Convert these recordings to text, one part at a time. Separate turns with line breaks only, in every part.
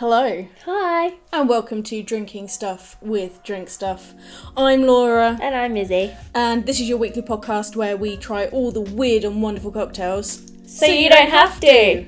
Hello,
Hi.
and welcome to Drinking Stuff with Drink Stuff. I'm Laura,
And I'm Izzy.
and this is your weekly podcast where we try all the weird and wonderful cocktails.
So you don't have to.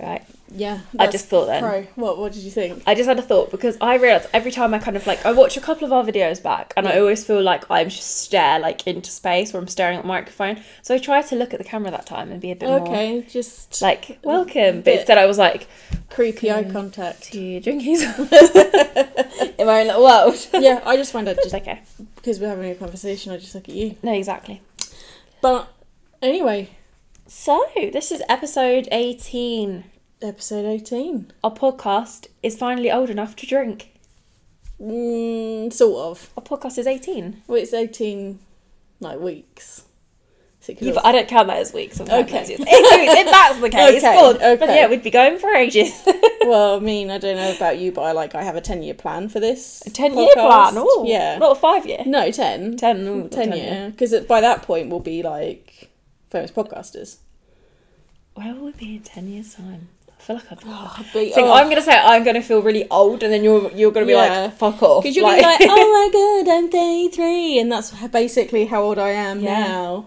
Right.
Yeah,
I
that's
just thought then.
Pro. What? What did you think?
I just had a thought because I realised every time I kind of like I watch a couple of our videos back and I always feel like I'm just stare like into space or I'm staring at the microphone. So I tried to look at the camera that time and be a bit more
Okay, just
like welcome. But
bit-
instead I was like
creepy eye contact.
do you drink these in my own little world?
yeah, I just find out
It's
just
okay.
because we're having a conversation, I just look at you.
No, exactly.
But anyway,
So this is episode eighteen.
episode eighteen,
Our podcast is finally old enough to drink.
mm, sort of.
Our podcast is eighteen.
Well, it's eighteen like weeks. So it could
Yeah,
also-
but I don't count that as weeks.
Okay.
Okay. If that's the case,
Okay,
God. But
okay.
yeah, we'd be going for ages.
well, I mean, I don't know about you, but I like I have a ten year plan for this.
A 10 year
podcast.
plan. Ooh,
Yeah.
Not a five year.
No, ten.
10, ooh,
Ten,
10
year. Because by that point we'll be like famous podcasters.
Where will we be in 10 years' time? I feel like I've.
Oh,
I think I'm going to say I'm going to feel really old and then you're, you're going to be
Yeah.
like, fuck off.
because you're gonna be like, oh my god, I'm 33, and that's h- basically how old I am
Yeah.
now.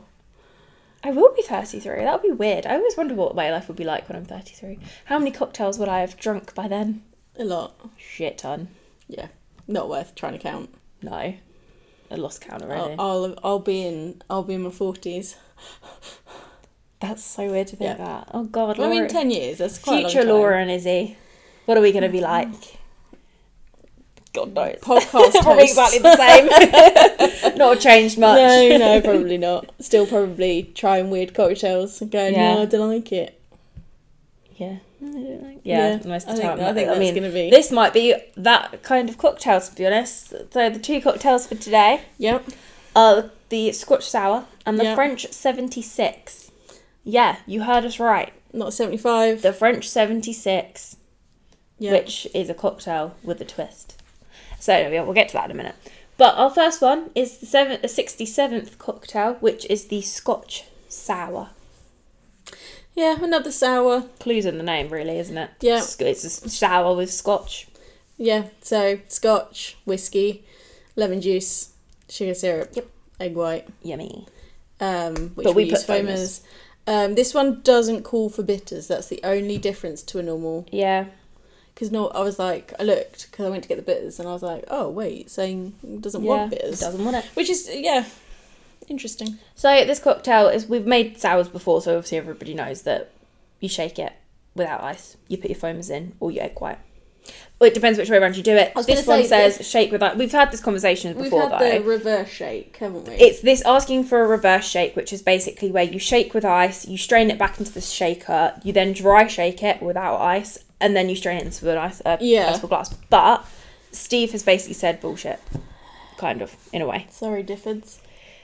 I will be 33. That would be weird. I always wonder what my life will be like when I'm 33. How many cocktails would I have drunk by then?
A lot.
Shit ton.
Yeah, not worth trying to count.
No. I lost count already.
I'll, I'll I'll be in I'll be in my 40s.
That's so weird to think
Yeah.
that. Oh, God.
I
Laura.
mean, 10 years. That's quite
Future
a long time. Mm.
Laura and Izzy. What are we going to be like? God knows.
podcast
Probably
hosts.
exactly the same. Not changed much.
No, no, probably not. Still, probably trying weird cocktails and going,
Yeah.
no, I don't like it.
Yeah. Yeah, most of
I think,
the time.
I think that's
I mean,
going to be.
this might be that kind of cocktail, to be honest. So the two cocktails for today
Yep.
are Uh, the Scotch sour and the
Yeah.
French seventy six. Yeah, you heard us right.
Not 75.
The French seventy six,
yeah.
which is a cocktail with a twist. So yeah, we'll get to that in a minute. But our first one is the seventh, the sixty seventh cocktail, which is the Scotch sour.
Yeah, another sour.
Clues in the name, really, isn't it?
Yeah.
Sc- It's a s- sour with Scotch.
Yeah, so scotch, whiskey, lemon juice, sugar syrup,
Yep.
egg white,
Yummy.
um, which
But
we,
we
use
put
foamers. Um, this one doesn't call for bitters. That's the only difference to a normal.
Yeah.
Because no, I was like, I looked because I went to get the bitters and I was like, oh wait, it's saying it doesn't want
yeah.
bitters,
Doesn't want it.
which is yeah, interesting.
So this cocktail is we've made sours before, so obviously everybody knows that you shake it without ice. You put your foamers in or your egg white. Well, it depends which way around you do it.
I was
This
gonna
one
say
says shake without. We've had this conversation
We've
before
had
though.
the reverse shake, haven't we?
It's this asking for a reverse shake, which is basically where you shake with ice, you strain it back into the shaker, you then dry shake it without ice, and then you strain it into an ice uh,
Yeah.
yeah. glass. But Steve has basically said bullshit, kind of in a way.
Sorry, Diffords,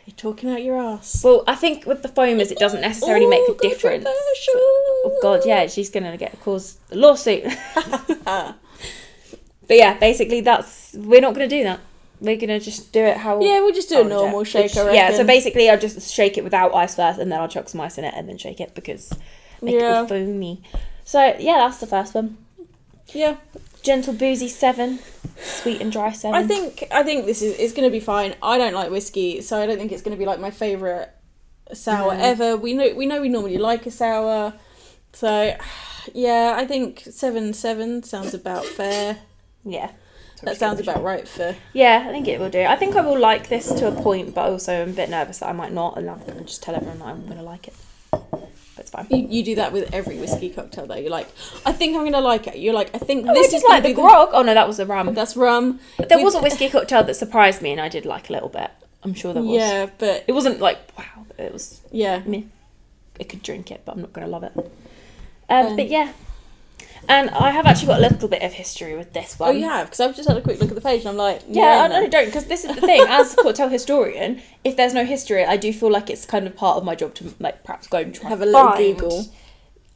you're talking out your ass.
Well, I think with the foamers, it doesn't necessarily make
Oh,
a difference. Oh God, yeah, she's gonna get cause a lawsuit.
Ah.
But yeah, basically, that's we're not gonna do that. We're gonna just do it how.
Yeah, we'll just do
how
a
we
normal
it.
shake. I
Which- yeah, so
reckon.
basically, I'll just shake it without ice first, and then I'll chuck some ice in it, and then shake it because make it
Yeah.
all foamy. So yeah, that's the first one.
yeah.
Gentle boozy seven, sweet and dry seven.
I think I think this is it's going to be fine. I don't like whiskey, so I don't think it's going to be like my favorite sour
No.
ever. We know we know we normally like a sour, so yeah, I think seven seven sounds about fair.
yeah.
That sounds about right for
Yeah, I think it will do. I think I will like this to a point, but also I'm a bit nervous that I might not, and I'm gonna just tell everyone that I'm gonna like it. But it's fine.
you. You do that with every whiskey cocktail though. You're like, I think I'm going to like it. You're like, I think
Oh,
this
I
is
did like
gonna
the
be
grog. Oh no, that was the rum.
That's rum.
There
We-
was a whiskey cocktail that surprised me, and I did like a little bit. I'm sure there was.
Yeah, but
It wasn't like wow. but It was.
yeah,
I could drink it, but I'm not gonna love it. Um,
Um,
but yeah, and I have actually got a little bit of history with this one.
Oh, you have because I've just had a quick look at the page and I'm like,
Yeah, I
no,
no, don't because this is the thing. As a cocktail historian, if there's no history, I do feel like it's kind of part of my job to like perhaps go and try
Have
and
a little
find
Google.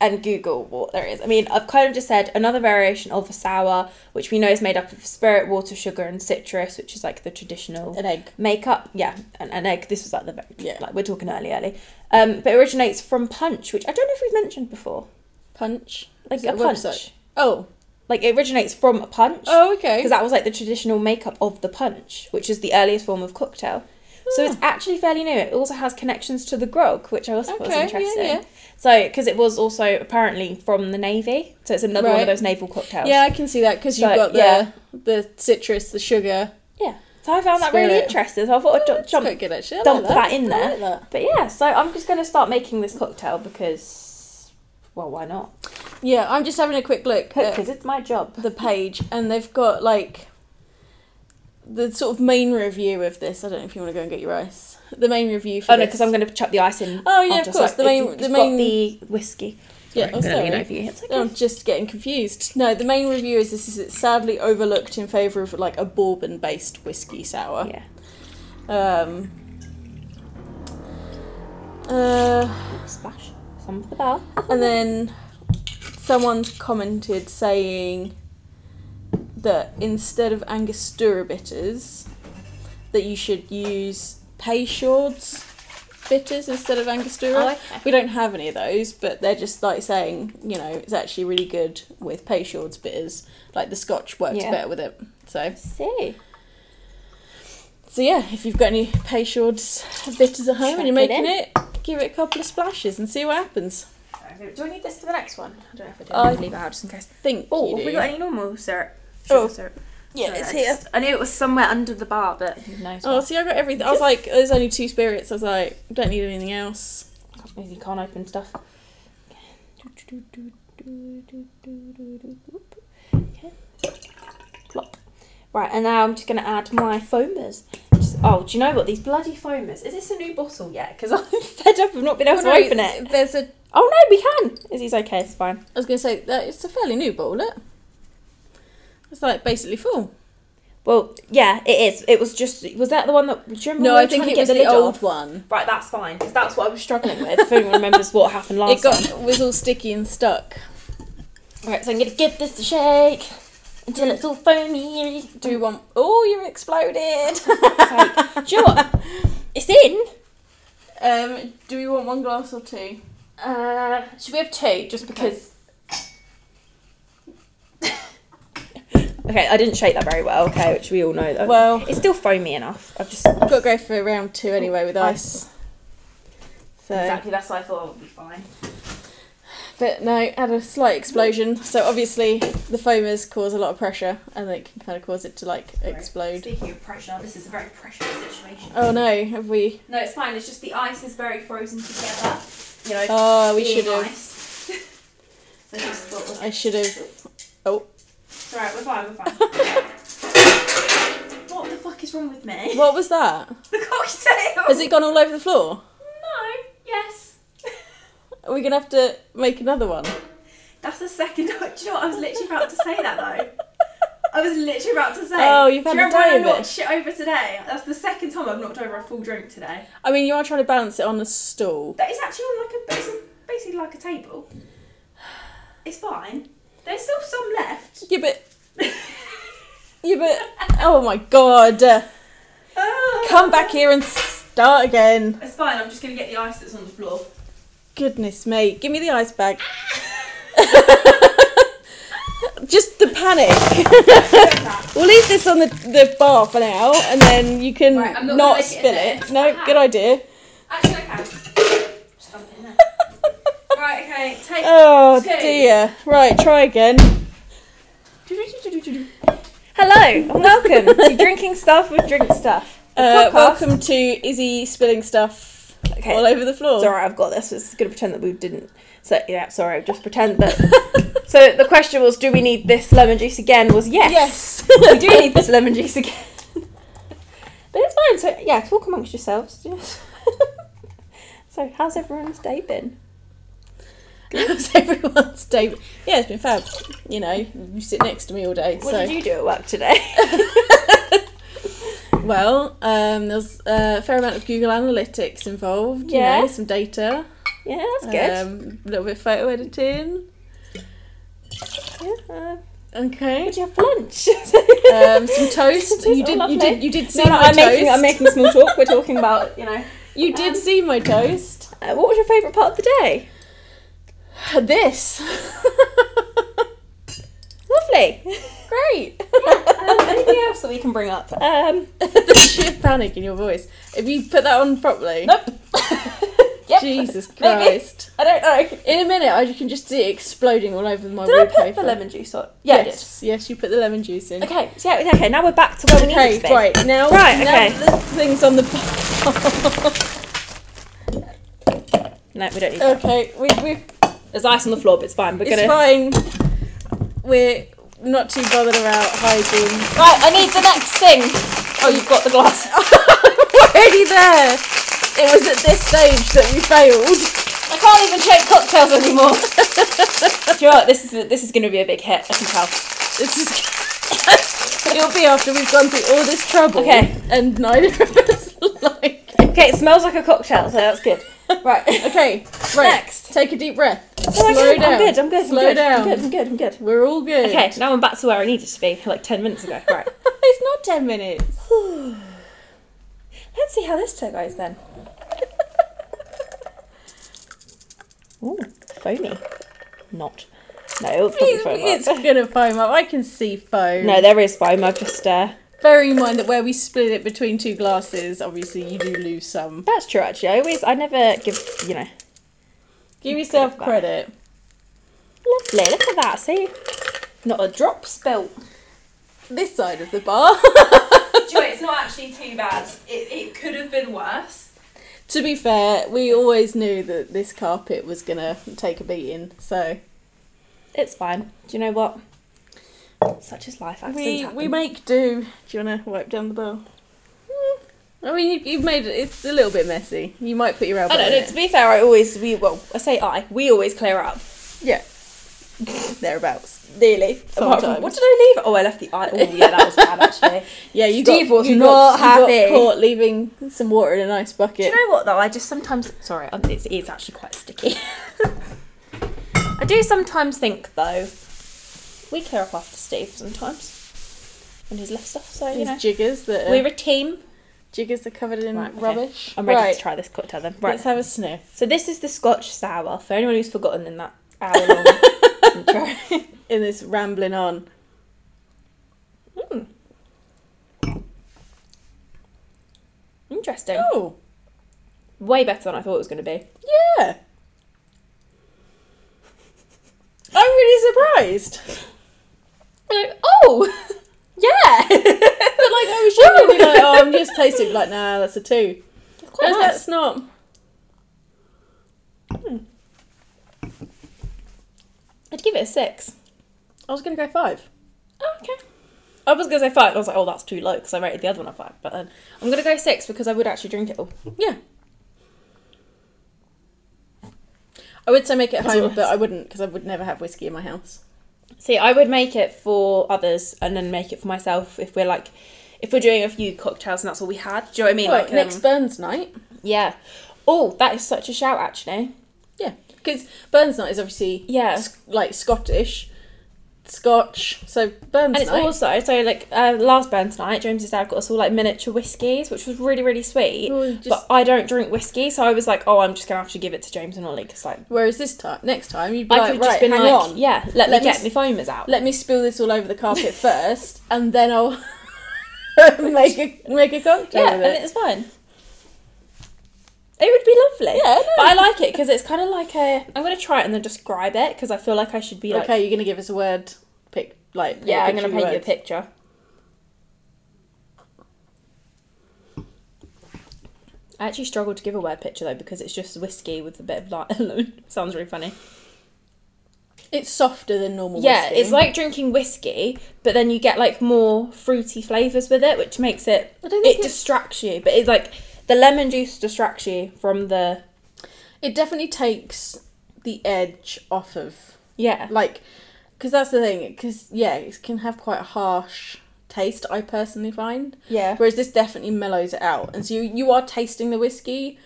and Google what there is. I mean, I've kind of just said another variation of a sour, which we know is made up of spirit, water, sugar, and citrus, which is like the traditional
An egg.
makeup. Yeah, an, an egg. This was like the very,
Yeah.
like we're talking early, early. Um, but it originates from punch, which I don't know if we've mentioned before.
Punch.
Like
Is it
a
a
punch.
website? Oh.
Like it originates from a punch.
Oh, okay.
Because that was like the traditional makeup of the punch, which is the earliest form of cocktail. So it's
Ah.
actually fairly new. It also has connections to the grog, which I also thought was
Okay, yeah,
interesting.
yeah.
So because it was also apparently from the navy, so it's another one of
Right.
those naval cocktails.
yeah, I can see that because
So,
you've got the
yeah.
the citrus, the sugar.
yeah. So I found that really
Spirit.
interesting. So I thought I'd ju-
That's
jump.
quite good actually. I
dump
like
that in
I
there.
like that.
But yeah, so I'm just going to start making this cocktail because, well, why not?
Yeah, I'm just having a quick look
Because
at
it's my job.
the page, and they've got like the sort of main review of this. I don't know if you want to go and get your ice. The main review for
Oh no,
this.
because I'm going to chuck the ice in.
Oh, yeah, of
after,
course,
So
the
if
main-
you've
the
got
main-
the whiskey.
Yeah, oh,
I'm gonna lean
sorry.
over you. It's okay.
I'm just getting confused. No, the main review is this is it's sadly overlooked in favour of like a bourbon based whiskey sour.
Yeah.
Um, uh,
Splash some of the bar.
and then someone's commented saying that instead of Angostura bitters, that you should use Peychaud's bitters instead of Angostura.
Oh, okay.
We don't have any of those, but they're just like saying, you know, it's actually really good with Peychaud's bitters. Like the Scotch works
Yeah.
better with it. So,
See.
so yeah, if you've got any Peychaud's bitters at home
Chuck
and you're
it
making
in.
it, give it a couple of splashes and see what happens.
Do I need this for the next one? I don't know if I do.
Oh,
I'll leave it out just in case.
Think.
Oh,
you
have we
do.
got any normal syrup?
Sugar
oh,
Yeah,
Sorry,
it's
I
here.
just- I knew it was somewhere under the bar, but who knows?
Oh, see, I got everything. I was like, there's only two spirits. I was like, don't need anything else.
Because you can't open stuff. Okay. Plop. Right, and now I'm just going to add my foamers. Just- oh, do you know what? These bloody foamers. Is this a new bottle yet? Because I'm fed up of not being able to open it.
There's a.
Oh no, we can. Is he's okay? It's fine.
I was going to say that it's a fairly new bottle. Look, it's like basically full.
Well, yeah, it is. It was just. Was that the one that? Do you remember
No,
we
I
were
think
trying
it
to
was
get
the
lid
old
off?
one.
Right, that's fine. Because that's what I was struggling with. If anyone remembers what happened last
It got
time.
was all sticky and stuck.
Right, so I'm gonna give this a shake until it's all foamy.
Do you want? Oh, you exploded.
It's like, do you know what? It's in.
um, do we want one glass or two?
Uh, should we have two? Just because. okay, I didn't shake that very well. Okay, which we all know. That.
Well-
it's still foamy enough. I've just
I've got to go for round two anyway with ice. So,
That's what I thought. I would be fine.
but no, it had a slight explosion. So obviously the foamers cause a lot of pressure, and it can kind of cause it to like explode.
Speaking of pressure, this is a very precious situation.
Oh no, have we?
No, it's fine. It's just the ice is very frozen together. You know.
Oh, we
being
should have.
ice. so just thought
I should have. Oh,
Right, we're fine, we're fine. what the fuck is wrong with me?
what was that?
The cocktail!
Has it gone all over the floor?
No, yes.
Are we gonna have to make another one?
That's the second. Do you know what? I was literally about to say that though. I was literally about to say.
Oh, you've
do you
had a
remember when
day
I
of
knocked
it.
shit over today. That's the second time I've knocked over a full drink today.
I mean, you are trying to balance it on a stool.
That is actually on like a basi- basically like a table. It's fine. There's still some left.
Yeah, but yeah, but oh my god!
Ah.
Come back here and start again.
It's fine. I'm just gonna get the ice that's on the floor.
Goodness me, give me the ice bag. Just the panic. We'll leave this on the, the bar for now, and then you can
Right, I'm not
not,
gonna make it in
spill
there.
it. No, good idea.
Actually, I can. Just dump it in there. right, okay, take.
Oh
Two.
dear. Right, try again.
Hello, and welcome to Drinking Stuff with Drink Stuff. a
Uh,
podcast.
welcome to Izzy spilling stuff
Okay.
all over the floor.
Sorry, I've got this. It's going to pretend that we didn't. So, yeah, sorry, just pretend that. so, the question was do we need this lemon juice again? Was
Yes.
yes. we do need this lemon juice again. but it's fine. So, yeah, talk amongst yourselves. Yes. so, how's everyone's day been?
How's everyone's day? Yeah, it's been fab. You know, you sit next to me all day.
What
so
did you do at work today?
well, um, there's a fair amount of Google Analytics involved. You
Yeah.
know, some data.
Yeah, that's good.
Um, a little bit of photo editing.
yeah. uh,
Okay.
what did you have for lunch?
Um, some toast.
This
You
is
did.
all
You
lovely.
did. You did see
no, no,
my
I'm
toast.
making, I'm making small talk. We're talking about, Um, you know.
you did see my toast.
Uh, what was your favourite part of the day?
This.
Lovely.
Great.
Um, anything else that we can bring up? Um,
the sheer panic in your voice. If you put that on properly.
nope. Yep.
Jesus
Maybe.
Christ.
I don't know.
In a minute, I can just see it exploding all over my
Did I
wallpaper.
put the lemon juice on? Yeah,
yes, yes, you put the lemon juice in.
I did. Okay, so yeah, okay, now we're back to where we
Okay,
need to be.
right now,
Right,
now
okay.
the things on the bar.
No, we don't need that.
okay, we, we
There's ice on the floor, but it's fine. We're
Uh, it's
gonna.
fine. We're not too bothered about hygiene.
Right, I need the next thing. Oh, you've got the glass.
Already there. It was at this stage that we failed.
I can't even shake cocktails anymore. Do you know what? This is this is going to be a big hit. I can tell.
This is. It'll be after we've gone through all this trouble.
Okay.
And neither of us like. it.
Okay, it smells like a cocktail, so that's good. Right.
Okay. Right.
Next.
Take a deep breath.
No,
Slow
I can-
down.
I'm good. I'm good.
Slow
I'm good.
down.
I'm good. I'm good. I'm good.
We're all good.
Okay, now I'm back to where I needed to be like ten minutes ago. Right.
it's not ten minutes.
Let's see how this turn goes then. Ooh, foamy. Not. No, it's probably foam.
It's,
up.
it's gonna foam up. I can see foam.
No, there is foam. I've just. Uh,
Bear in mind that where we split it between two glasses, obviously you do lose some.
that's true, actually. I always, I never give, you know.
Give yourself credit.
Lovely. Look at that. See, not a drop spilt.
This side of the bar.
it's not actually too bad. It, it could have been worse.
to be fair, we always knew that this carpet was gonna take a beating, so
It's fine. Do you know what? Such is life. Accidents
we
happen.
we make do. Do you wanna wipe down the bar? Mm. I mean, you, you've made it. It's a little bit messy. You might put your elbow.
I don't
in
know.
it.
To be fair, I always we well, I say I. We always clear up.
Yeah. Thereabouts.
Nearly. Apart
Sometimes.
from, what did I leave? Oh, I left the eye. Oh, yeah, that was bad actually.
Yeah, you
Steve
got,
was
you
not
got, You
happy.
got caught leaving some water in an ice bucket.
Do you know what though? I just sometimes. Sorry, um, it's, it's actually quite sticky. I do sometimes think though, we clear up after Steve sometimes, and his left stuff. So you
These
know,
jiggers that are,
we're a team.
jiggers are covered in
Right, okay.
rubbish.
I'm ready
right,
to try this cocktail then. Right.
Let's have a sniff.
so this is the Scotch sour. For anyone who's forgotten in that hour long intro.
In this rambling on.
Hmm. Interesting.
Oh,
Way better than I thought it was going to be.
yeah. I'm really surprised.
Like, oh, yeah. but like I was
Should really like, oh, I'm just tasting like, nah, that's a two.
quite
No,
nice.
That's not.
I'd give it a six.
I was gonna go five.
Oh, okay. I was gonna say five. and I was like, oh, that's too low because I rated the other one a five. But then I'm gonna go six because I would actually drink it all.
Yeah. I would say make it at
That's
home,
alright.
but I wouldn't because I would never have whiskey in my house.
See, I would make it for others and then make it for myself if we're like, if we're doing a few cocktails and that's all we had. Do you know what I mean?
Right,
like
next
um,
Burns night.
yeah. Oh, that is such a shout, actually.
Yeah, because Burns night is obviously
Yeah.
sc- like Scottish, Scotch. So Burns
And it's
night.
also so like uh, last burn night, James's dad got us all like miniature whiskies, which was really really sweet.
Well, just-
But I don't drink whiskey, so I was like, oh, I'm just gonna have to give it to James and Ollie because like
Whereas this time, next time, you'd be
I
like,
could have
right,
just been
hang
like,
on,
yeah, let,
Let
me
me
get
s-
my foamers out.
let me spill this all over the carpet first, and then I'll make a make a cocktail
yeah,
with
and
it.
it's fine. It would be lovely.
Yeah, I know.
but I like it because it's kind of like a. I'm gonna try it and then describe it because I feel like I should be like,
okay, you're gonna give us a word. Pick like
yeah, I'm
picture
gonna paint you a
words.
picture. I actually struggled to give a word picture though because it's just whiskey with a bit of lime. lemon. Sounds really funny.
It's softer than normal.
Yeah,
whiskey.
it's like drinking whiskey, but then you get like more fruity flavors with it, which makes it
I don't think
it
it's-
distracts you. But it's like the lemon juice distracts you from the
it definitely takes the edge off of
yeah.
like because that's the thing because yeah it can have quite a harsh taste i personally find
Yeah.
whereas this definitely mellows it out and so you, you are tasting the whiskey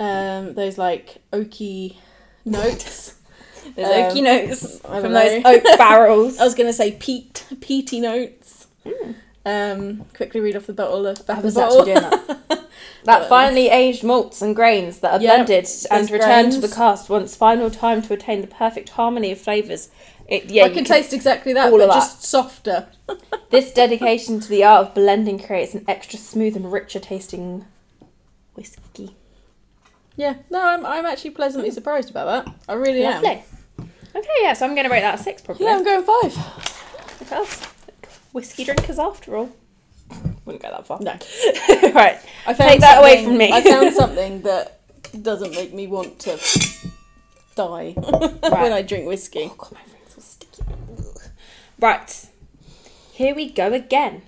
um, those like oaky notes.
Those
Um,
oaky notes
I don't
from those
know.
oak barrels.
I was going to say peat, peaty notes. Um, quickly read off the bottle of back
I
of the
was
bottle.
actually doing that. that finely aged malts and grains that are
Yep,
blended and
those
returned to
grains.
the cast once final time to attain the perfect harmony of flavours. It, yeah,
I
you
can
can-
taste exactly that,
all
but
of that.
just softer.
This dedication to the art of blending creates an extra smooth and richer tasting whiskey.
Yeah, no, I'm, I'm actually pleasantly surprised about that. I really am.
Mm. Lovely. Okay, yeah, so I'm going to rate that a six probably.
Yeah, I'm going five.
Because whiskey drinkers after all. Wouldn't go that far.
No.
right.
I
Take that away
something-
from me.
I found something that doesn't make me want to die when I drink whiskey.
God, my fingers are sticky. Right. Here we go again.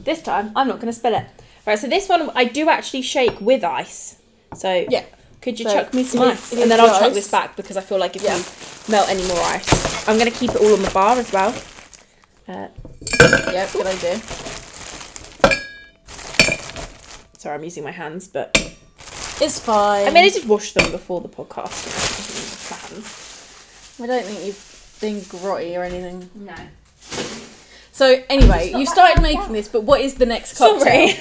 This time, I'm not going to spill it. Right, so this one I do actually shake with ice. So
Yeah.
could you
So
chuck me some
it-
ice?
it
And
is
then I'll
the
chuck
ice.
this back because I feel like if
Yeah.
we melt any more ice, I'm going to keep it all on the bar as well. Uh,
Yeah, good idea.
sorry, I'm using my hands, but
It's fine.
I mean, I did wash them before the podcast. My hands.
I don't think you've been grotty or anything.
No.
So anyway,
not
you
that
started
far
making
down.
this, but what is the next cocktail?
Sorry.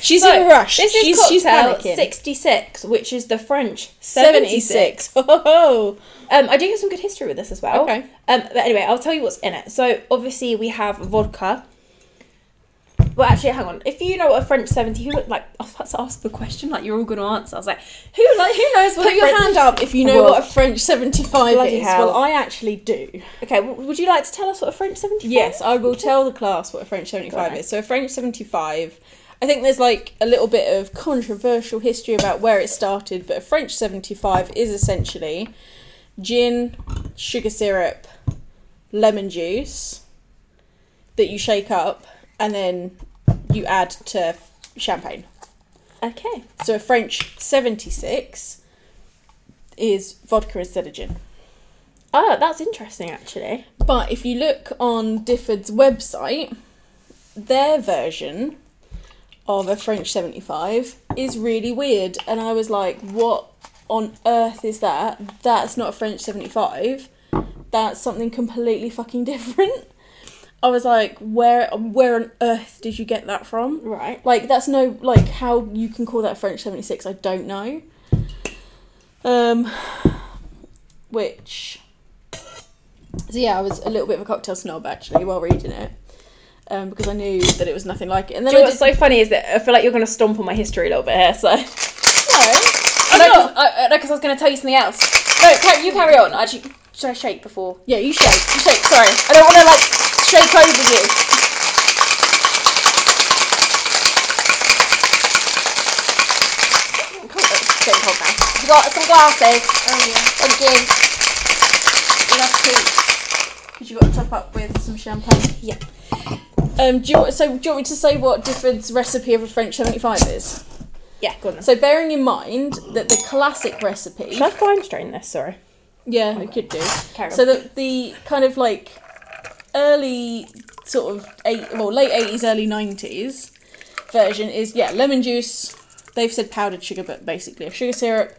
She's
So,
in a rush.
This is
she's,
cocktail
she's panicking.
66, which is the French 76.
Oh,
Um, I do get some good history with this as well.
Okay.
Um, but anyway, I'll tell you what's in it. So obviously we have vodka. Well, actually, hang on. If you know what a French seventy, who would like? I was about to ask the question. Like you're all going to answer. I was like, who like who knows what?
put
a
your hand
French-
up if you know
Well,
what a French seventy-five
bloody
is.
hell.
Well, I actually do.
Okay. w would you like to tell us what a French seventy?
Yes, I will tell the class what a French 75
Right.
is. So, a French 75, I think there's like a little bit of controversial history about where it started, but a French 75 is essentially gin, sugar syrup, lemon juice that you shake up and then you add to champagne.
Okay.
So, a French 76 is vodka instead of gin.
Oh, that's interesting. Actually.
But if you look on Difford's website, their version of a French 75 is really weird. And I was like, what on earth is that? That's not a French 75. That's something completely fucking different. I was like, where where on earth did you get that from?
Right.
Like that's no like how you can call that a French 76, I don't know. Um which so yeah, I was a little bit of a cocktail snob actually while reading it, um, because I knew that it was nothing like it. And
Do
then
you know
I
what's
just
so funny is that I feel like you're going to stomp on my history a little bit here. So. No, because
no,
I, no, 'cause I was going to tell you something else. No, ca- you carry on. Actually, should I shake before?
yeah, you shake.
You shake. Sorry, I don't want to like shake over you. Cool, it's getting cold now. We've got some glasses.
Oh yeah,
Thank you.
you'll have to because you got to top up with some champagne.
Yeah.
Um, do you want, so do you want me to say what Difford's recipe of a French seventy five is?
Yeah. Go on.
So bearing in mind that the classic recipe,
should I blind strain this? Sorry.
yeah, we could do.
Carry
So that the kind of like early sort of eight, well, late eighties, early nineties version is yeah, lemon juice. They've said powdered sugar, but basically of sugar syrup,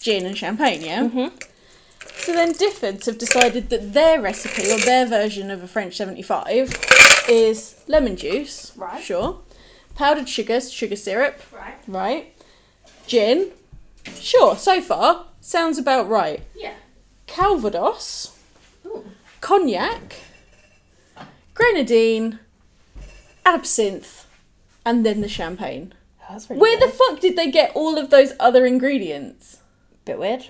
gin, and champagne. Yeah. So then Difford's have decided that their recipe or their version of a French seventy-five is lemon juice.
Right.
Sure. Powdered sugar, sugar syrup.
Right.
Right. Gin. Sure. So far, sounds about right.
Yeah.
Calvados, cognac, grenadine, absinthe, and then the champagne.
That's really
Where the
weird.
fuck did they get all of those other ingredients?
bit weird.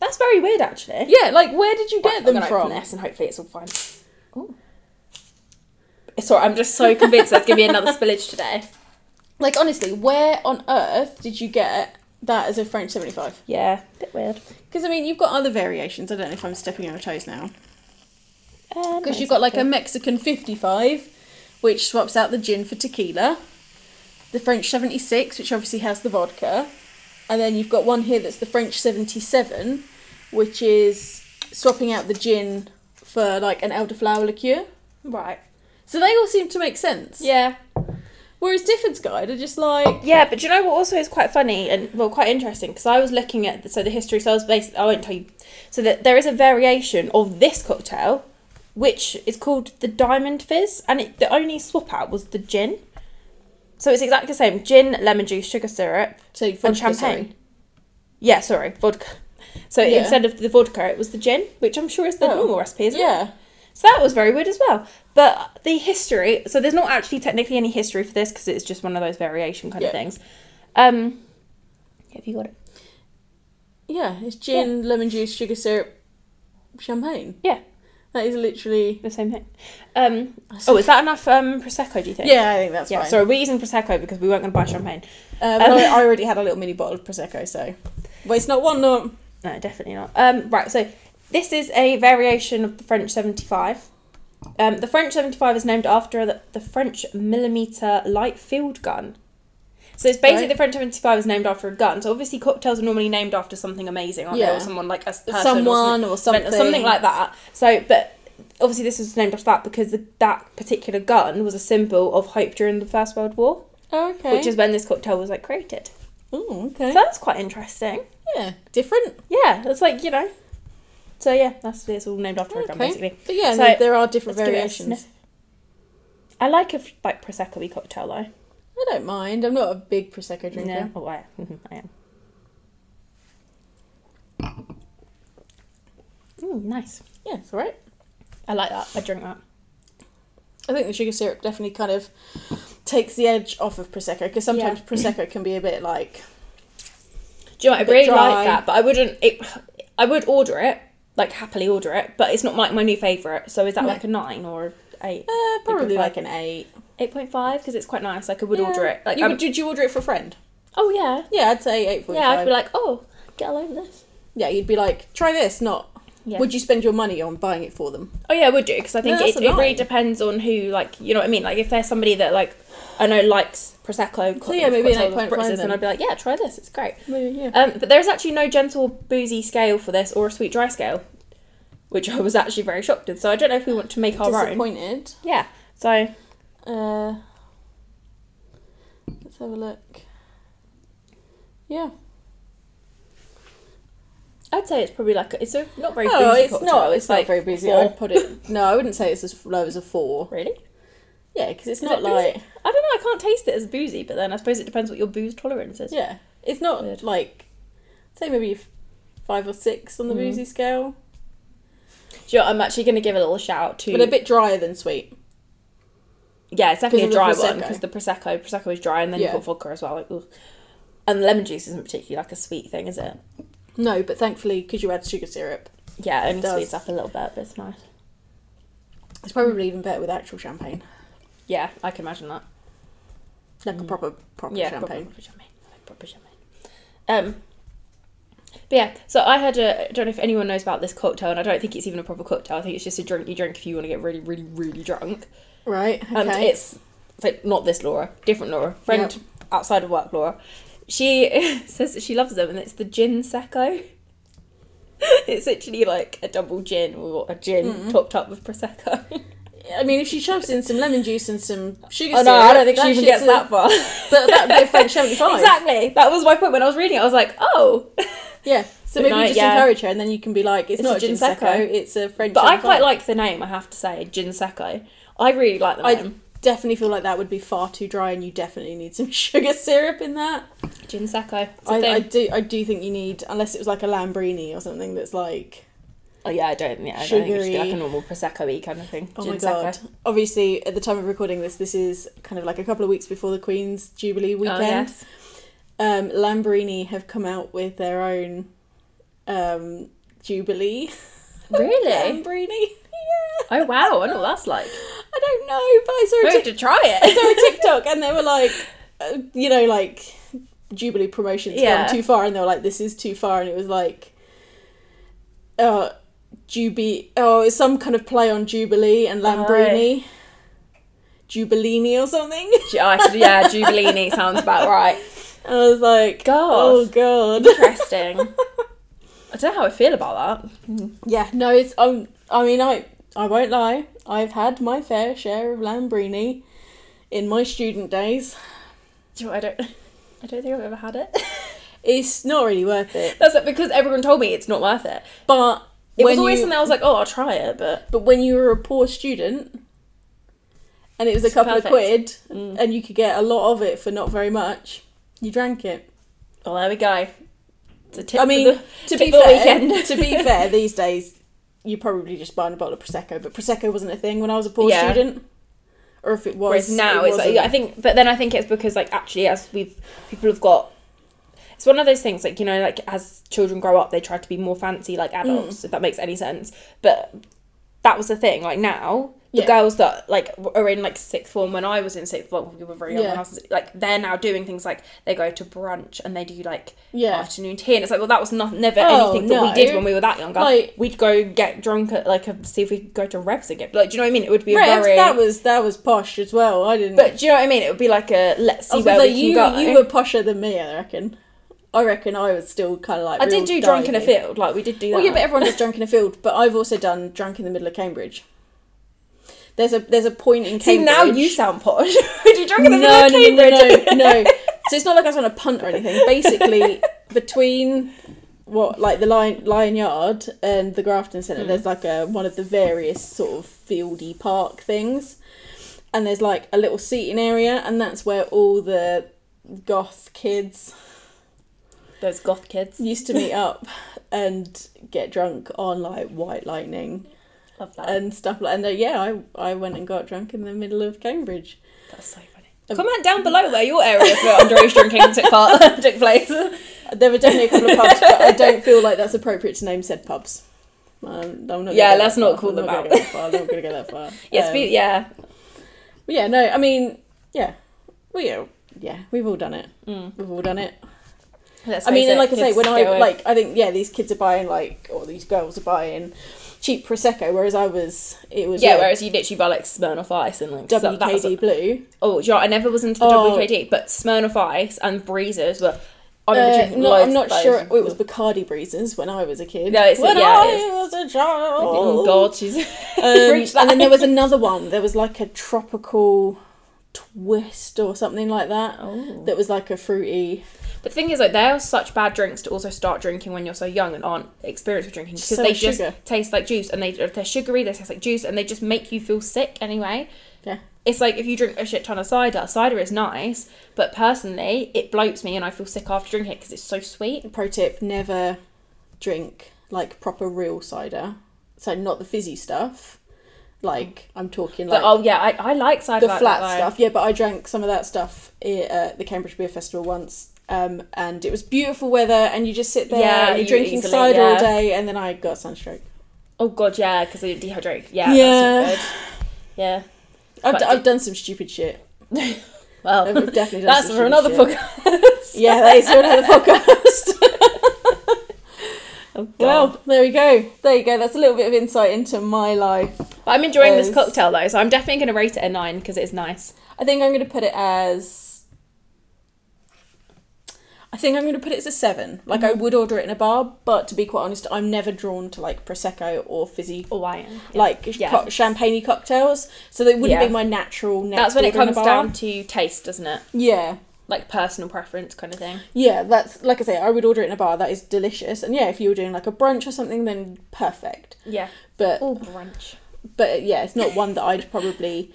That's very weird, actually.
Yeah, like where did you get
Right, I'm
them
gonna
from?
Open this and hopefully it's all fine. Sorry, I'm just so convinced that's gonna be another spillage today.
Like honestly, where on earth did you get that as a French 75?
Yeah, bit weird.
Because I mean, you've got other variations. I don't know if I'm stepping on your toes now.
Because Uh,
Because you've got like a Mexican 55, which swaps out the gin for tequila, the French 76, which obviously has the vodka, and then you've got one here that's the French 77, which is swapping out the gin for like an elderflower liqueur.
right.
So they all seem to make sense.
Yeah,
Whereas Difford's guide are just like
Yeah, but do you know what also is quite funny and well quite interesting because I was looking at the, so the history. So I was basically I won't tell you. So that there is a variation of this cocktail, which is called the Diamond Fizz, and it, the only swap out was the gin. So it's exactly the same: gin, lemon juice, sugar syrup,
so vodka,
and champagne.
sorry.
Yeah, sorry, vodka. So
Yeah.
instead of the vodka, it was the gin, which I'm sure is the
Oh.
normal recipe, isn't it?
Yeah.
So that was very weird as well. But the history, so there's not actually technically any history for this because it's just one of those variation kind
Yeah.
of things. Um, have you got it?
Yeah, it's gin, lemon juice, sugar syrup, champagne.
Yeah.
That is literally
The same thing. Um, oh, is that enough um, prosecco? Do you think?
Yeah, I think that's
Yeah.
fine.
Sorry, we're using prosecco because we weren't going to buy champagne.
Uh, but I, I already had a little mini bottle of prosecco, so. But it's not one not
No, definitely not. Um, right. So this is a variation of the French seventy-five. Um, the French seventy-five is named after the, the French millimeter light field gun. So it's basically
Right.
the French seventy-five is named after a gun. So obviously cocktails are normally named after something amazing, aren't they?
Yeah.
Or someone like a s- person or
someone or something.
event or something like that. So, but obviously this was named after that because the, that particular gun was a symbol of hope during the First World War,
Oh, okay.
which is when this cocktail was like created.
Oh, okay.
So that's quite interesting.
yeah. Different.
Yeah, it's like you know. So yeah, that's it's all named after a gun
Okay.
basically.
But yeah,
So,
no, there are different
let's give it a
variations.
sniff. I like a f- like prosecco cocktail though.
I don't mind. I'm not a big prosecco drinker.
No, oh, I, I am. Mm, nice.
Yeah, it's alright.
I like that. I drink that.
I think the sugar syrup definitely kind of takes the edge off of prosecco because sometimes
Yeah.
prosecco can be a bit like
Do you know what? I
bit
really
dry.
like that, but I wouldn't. It, I would order it, like happily order it, but it's not like my new favourite. So is that
No.
like a nine or a eight?
uh, probably
prefer-
like an eight.
Eight point five because it's quite nice. Like I would
Yeah.
order it. Like
you
I'm-
would, did you order it for a friend?
oh yeah,
Yeah, I'd say eight point
yeah. I'd
five.
be like, oh, get all over this.
yeah, you'd be like, try this. Not
Yeah.
would you spend your money on buying it for them?
Oh yeah, I would do because I think
No,
it,
that's a
it really
nine.
depends on who like you know what I mean. Like if there's somebody that like I know likes prosecco,
So, yeah, maybe an
cocktails,
8.5
spritzes,
then.
and I'd be like, yeah, try this. It's great.
Yeah.
Um, but there is actually no gentle boozy scale for this or a sweet dry scale, which I was actually very shocked with. So I don't know if we want to make our own.
Disappointed.
Yeah. So
Uh, let's have a look. Yeah.
I'd say it's probably like a, it's a not very.
No,
boozy
Oh, it's
cocktail.
not. It's, not
like
very boozy.
four.
I'd put it. No, I wouldn't say it's as low as a four.
Really?
Yeah, because it's
Is
not
it boozy?
like
I don't know. I can't taste it as boozy, but then I suppose it depends what your booze tolerance is.
yeah, it's not
Weird.
like I'd say maybe f- five or six on the
Mm.
boozy scale,
Do you know what, I'm actually going to give a little shout out to.
but a bit drier than sweet.
Yeah, it's definitely a
'Cause of
dry
the
one
Prosecco.
because the prosecco prosecco is dry, and then
Yeah.
you've got vodka as well. Like, ugh. and lemon juice isn't particularly like a sweet thing, is it?
No, but thankfully, because you add sugar syrup,
Yeah, it
It
only
does.
sweets up a little bit, but it's nice.
it's probably even better with actual champagne,
Yeah, I can imagine that.
like a proper proper
yeah,
champagne.
Proper, proper champagne. Like proper champagne. Um, but yeah, so I had a. I don't know if anyone knows about this cocktail, and I don't think it's even a proper cocktail. I think it's just a drink you drink if you want to get really, really, really drunk.
Right. Okay.
And Um, it's so not this Laura, different Laura, friend
Yep.
outside of work Laura. She says that she loves them, and it's the gin secco. it's literally like a double gin or a gin
Mm-hmm.
topped up with prosecco.
I mean, if she shoves in some lemon juice and some sugar syrup,
oh no, I don't think she
that
even
shit's
gets
a-
that far.
That that would be a French seventy-five.
exactly. That was my point when I was reading it. I was like, oh.
Yeah. So
But
maybe
no,
you just
yeah.
encourage her, and then you can be like, it's,
It's
not
a
a gin
Ginsecco.
secco, it's a French.
But I quite
75.
like the name. I have to say, gin secco. I really like the
I-
name.
Definitely feel like that would be far too dry, and you definitely need some sugar syrup in that.
Gin secco. It's a
I,
thing.
I do. I do think you need, unless it was like a Lambrini or something that's like.
oh yeah, I don't. Yeah, I don't think it should be like
Sugary.
a normal prosecco-y kind of thing.
Oh
gin
my
secco.
god! Obviously, at the time of recording this, this is kind of like a couple of weeks before the Queen's Jubilee
Oh,
weekend.
yes.
um, Lambrini have come out with their own um, Jubilee.
Really?
Lambrini? Yeah.
Oh wow, I know what that's like.
I don't know, but I saw
We
a
have
tic-
to try
I
it.
saw a TikTok and they were like, uh, you know, like Jubilee promotions
Yeah.
gone too far, and they were like, this is too far, and it was like, uh, Jubi, oh, it's some kind of play on Jubilee and Lambrini. Jubilini or something.
Ju- I could- yeah, Jubilini sounds about right.
And I was like,
Gosh.
oh god.
Interesting. I don't know how I feel about that.
Yeah, no, it's um. I mean, I I won't lie. I've had my fair share of Lambrini. in my student days.
Do you know what, I don't. I don't think I've ever had it.
It's not really worth it.
That's it because everyone told me it's not worth it.
But
It
when
was always
you,
something I was like, oh, I'll try it, but
but when you were a poor student and it was a
It's
couple of
perfect. Mm.
quid and you could get a lot of it for not very much, you drank it.
well, oh, there we go. It's a tip.
I
for
mean,
the-
to
tip
be
for the
fair,
weekend.
to be fair, these days you're probably just buying a bottle of prosecco, but prosecco wasn't a thing when I was a poor
Yeah.
student, or if it was
Whereas now
it
it's like
wasn't.
I think, but then I think it's because like actually as we've people have got, it's one of those things like you know like as children grow up they try to be more fancy like
Mm.
adults if that makes any sense. But that was the thing. Like now the
Yeah.
girls that like w- are in like sixth form when I was in sixth form we were very young. when I
Yeah.
was in- like they're now doing things like they go to brunch and they do like
Yeah.
afternoon tea and it's like well that was not never
Oh,
anything that we
no.
did when we were that younger.
Like-
We'd go get drunk at like a, see if we could go to Revs again. Like do you know what I mean? It would be a
Revs,
very
that was that was posh as well. I didn't.
but do you know what I mean? It would be like a let's
I
see
was
where
gonna
we
say,
can
you
go.
you were posher than me. I reckon. I reckon I was still kind of like.
I did
real
do drunk in a
divey.
field. Like we did do that.
Well, Oh, yeah, but everyone does drunk in a field. But I've also done drunk in the middle of Cambridge. There's a there's a point in
see
Cambridge.
now you sound posh. we did drunk in the middle
no,
of
no, no,
Cambridge.
no, no, no. So it's not like I was on a punt or anything. Basically, between what like the Lion, Lion Yard and the Grafton
Hmm.
Centre, there's like a one of the various sort of fieldy park things, and there's like a little seating area, and that's where all the goth kids
Those goth kids.
used to meet up and get drunk on like White Lightning
Love that.
and stuff like. And uh, yeah, I I went and got drunk in the middle of Cambridge.
That's so funny. Comment down below where your area for underage drinking took part took place.
There were definitely a couple of pubs, but I don't feel like that's appropriate to name said pubs. Um, I'm not
Yeah,
gonna go
let's
that
not
far.
call
I'm
them
gonna
out.
Go that far. I'm not going to go that far.
Yes,
Um,
we, yeah.
but yeah, no, I mean, yeah, we yeah, yeah, we've all done it. We've all done it.
Let's
I
face
mean,
it,
and like I say,
Mm. kids
when I
go in-
like, I think yeah, these kids are buying like, or these girls are buying cheap prosecco, whereas I was, it was
yeah, whereas you literally buy like Smirnoff Ice and like stuff-
WKD
that was-
Blue.
oh, do you know, what? I never was into the
Oh.
WKD, but Smirnoff Ice and Breezers were. I remember
Uh,
drinking
no,
loads
I'm not
of those.
sure. It was Bacardi breezes when I was a kid.
No, it's-
when
yeah,
I
it is.
was a child.
Oh God, she's
Um,
reached that.
and then there was another one. There was like a tropical twist or something like that.
Oh.
That was like a fruity.
The thing is, like, they are such bad drinks to also start drinking when you're so young and aren't experienced with drinking because
So
they
much
just
sugar.
taste like juice and they they're sugary. They taste like juice and they just make you feel sick anyway.
Yeah.
It's like if you drink a shit ton of cider. Cider is nice, but personally, it bloats me and I feel sick after drinking it because it's so sweet.
Pro tip: never drink like proper real cider. So not the fizzy stuff. Like I'm talking like
But oh yeah, I, I like cider.
the
like
flat
that, though.
stuff. Yeah, but I drank some of that stuff i- at the Cambridge Beer Festival once. Um, and it was beautiful weather, and you just sit there,
Yeah,
and you're
you
drinking
easily-
cider all
yeah.
day, and then I got sunstroke.
Oh god, yeah, because they dehydrate. Yeah,
Yeah.
That's not good. Yeah.
I've,
But
d-
did-
I've done some stupid shit.
Well,
I've definitely done
that's
some stupid
for another
shit. Oh,
podcast.
Yeah, that is for another podcast.
Oh, God.
well, there we go. There you go. That's a little bit of insight into my life.
But I'm enjoying this
Is-
cocktail though, so I'm definitely going to rate it a nine because it is nice.
I think I'm going to put it as. I think I'm going to put it as a seven. Like
Mm-hmm.
I would order it in a bar, but to be quite honest, I'm never drawn to like prosecco or fizzy.
Oh, I am.
Like
Yeah.
co- champagne cocktails, so they wouldn't
Yeah.
be my natural. Next
That's when it
order in a
comes
bar.
down to taste, doesn't it?
Yeah,
Like personal preference kind of thing.
yeah. That's like I say, I would order it in a bar. That is delicious, and yeah, if you were doing like a brunch or something, then perfect.
Yeah.
But
All brunch.
but yeah, it's not one that I'd probably.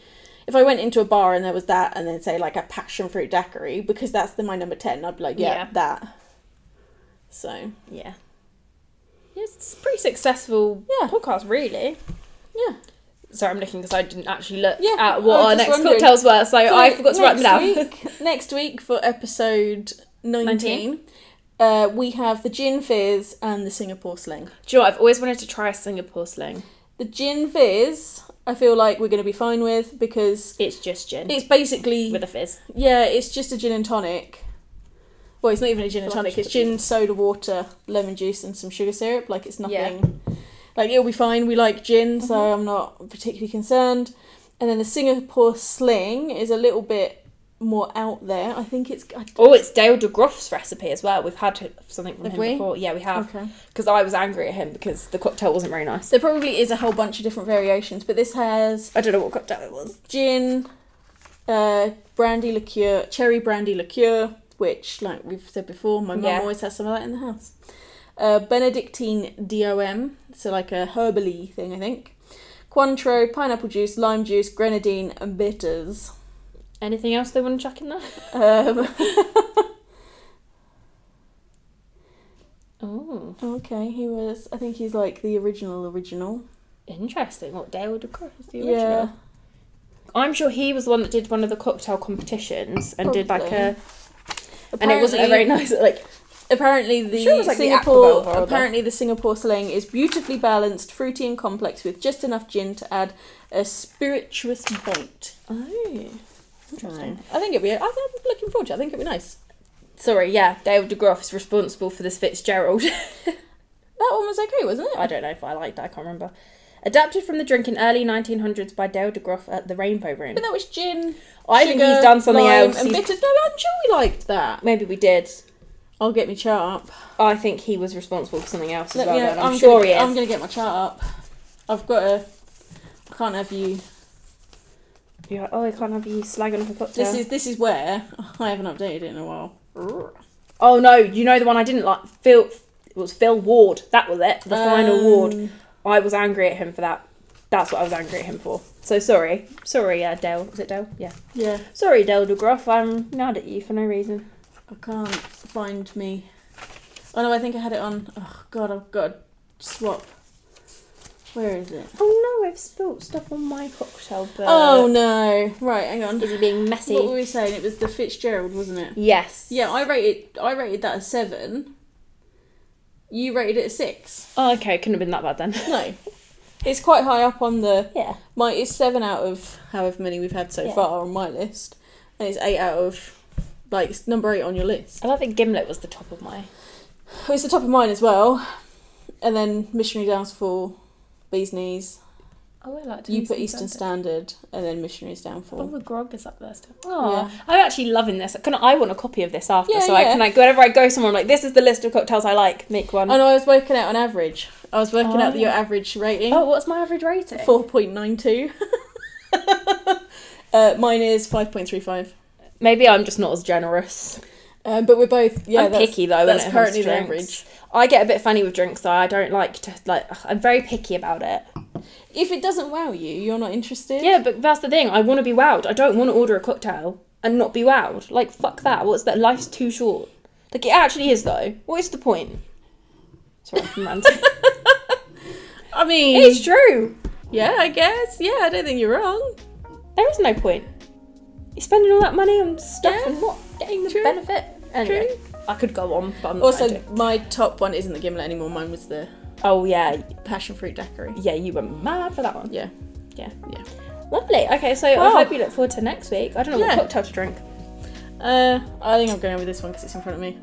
If I went into a bar and there was that, and then say like a passion fruit daiquiri, because that's the my number ten, I'd be like, yeah,
Yeah.
that. So
Yeah. Yeah, it's a pretty successful
Yeah.
podcast, really.
yeah,
Sorry, I'm looking because I didn't actually look
Yeah,
at what
I was
our
just
next
wondering.
cocktails were, so, Oh, I forgot to write them down.
Next week, next week for episode nineteen,
19.
uh, we have the gin fizz and the Singapore sling.
Do you know what? I've always wanted to try a Singapore sling.
The gin fizz, I feel like we're going to be fine with because
It's just gin
it's basically
with a fizz.
Yeah, it's just a gin and tonic. Well, it's not even a gin and
Like
tonic. It's
sugar-
gin, soda water, lemon juice, and some sugar syrup. Like it's nothing. Like it'll be fine. We like gin, so
Mm-hmm.
I'm not particularly concerned. And then the Singapore sling is a little bit more out there. I think it's. I,
Oh, it's Dale DeGroff's recipe as well. We've had something from
Have
him
we?
before. Yeah, we have.
Okay.
Because I was angry at him because the cocktail wasn't very nice.
There probably is a whole bunch of different variations, but this has
I don't know what cocktail it was.
gin, uh, brandy liqueur, cherry brandy liqueur, which, like we've said before, my mum
Yeah.
always has some of that in the house. Uh, Benedictine DOM, so like a herbally thing, I think. Cointreau, pineapple juice, lime juice, grenadine, and bitters.
Anything else they want to chuck in there?
Um,
Oh,
okay, he was. I think he's like the original original.
interesting. What Dale de Cruz, the original?
Yeah,
I'm sure he was the one that did one of the cocktail competitions and did like
Probably.
a, and it wasn't a
Apparently-
very nice like
Apparently, the
sure it was like the
Singapore
Aquavit or
apparently the Singapore slang is beautifully balanced, fruity and complex, with just enough gin to add a spirituous bite.
oh
Interesting. I think it'd be. I- I'm looking forward to. it. I think it'd be nice.
sorry yeah Dale DeGroff is responsible for this Fitzgerald.
That one was okay, wasn't it?
I don't know if I liked it. I can't remember. Adapted from the drink in early 1900s by Dale DeGroff at the Rainbow Room.
But that was gin.
I think
sugar,
he's done something
lime,
else.
And
He's-
bitters. No, I'm sure we liked that.
Maybe we did.
I'll get my chart up.
I think he was responsible for something else as
Let
well.
me know.
though, and I'm,
I'm
sure
gonna,
he is.
I'm gonna get my chart up. I've got a. I can't have you.
You're like, oh, I can't have you slagging off a cocktail.
This is this is where I haven't updated it in a while. The
Oh no, you know the one I didn't like. Phil it was Phil Ward. That was it. The final Ward.
Um,
I was angry at him for that. That's what I was angry at him for. So sorry, sorry, uh, Dale. Was it Dale? Yeah.
Yeah,
Sorry, Dale DeGroff. I'm mad at you for no reason.
I can't find me. Oh no, I think I had it on. Oh god, I've got to swap. Where is it?
Oh no, I've spilt stuff on my cocktail. But
oh no! Right, hang on.
is he being messy?
What were we saying? It was the Fitzgerald, wasn't it?
Yes.
Yeah, I rated I rated that a seven. You rated it a six.
Oh, okay. Couldn't have been that bad then.
No, it's quite high up on the
Yeah.
My it's seven out of however many we've had so
Yeah.
far on my list, and it's eight out of like it's number eight on your list.
I don't think Gimlet was the top of my.
Oh, It's the top of mine as well, and then Missionary Downfall, Bees Knees.
Oh, I liked.
You put Eastern Standard, and then Missionaries
Oh,
Downfall.
the grog is up there still. Oh,
Yeah.
I'm actually loving this. Can I, I want a copy of this after?
Yeah,
so I
yeah.
can like whenever I go somewhere, I'm like, this is the list of cocktails I like. Make one.
Oh no, I was working out on average. I was working out
Oh.
your average rating.
Oh, what's my average rating?
Four point nine two. Uh, mine is five point three five.
Maybe I'm just not as generous.
Um, but we're both yeah.
I'm
that's-
picky though.
That's
when it
currently the
comes to
average.
drinks. I get a bit funny with drinks though. I don't like to like. ugh, I'm very picky about it.
If it doesn't wow you, you're not interested.
Yeah, but that's the thing. I want to be wowed. I don't want to order a cocktail and not be wowed. Like fuck that. What's that? Life's too short. Like it actually is though. What is the point? Sorry, I'm ranting.
I mean,
it's true.
Yeah, I guess. Yeah, I don't think you're wrong.
There is no point. You're spending all that money on stuff
Yeah.
and not getting the
True.
benefit. Anyway, I could go on, but I'm not. going
Also,
to.
my top one isn't the gimlet anymore. Mine was the
oh yeah,
passion fruit daiquiri.
yeah, you were mad for that one.
Yeah.
Yeah.
Yeah.
Lovely. Okay, so
Wow.
I hope you look forward to next week. I don't know
Yeah.
what cocktail to drink.
Uh, I think I'm going with this one because it's in front of me.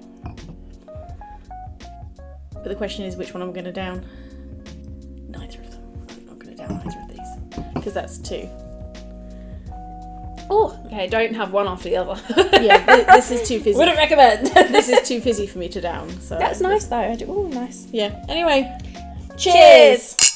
But the question is, which one I'm going to down? Neither of them. I'm not going to down either of these because that's two.
Oh, okay. Don't have one after the other.
Yeah, thi- this is too fizzy.
Wouldn't recommend.
this is too fizzy for me to down. So
That's nice though. I do- Oh, nice.
Yeah. Anyway.
Cheers.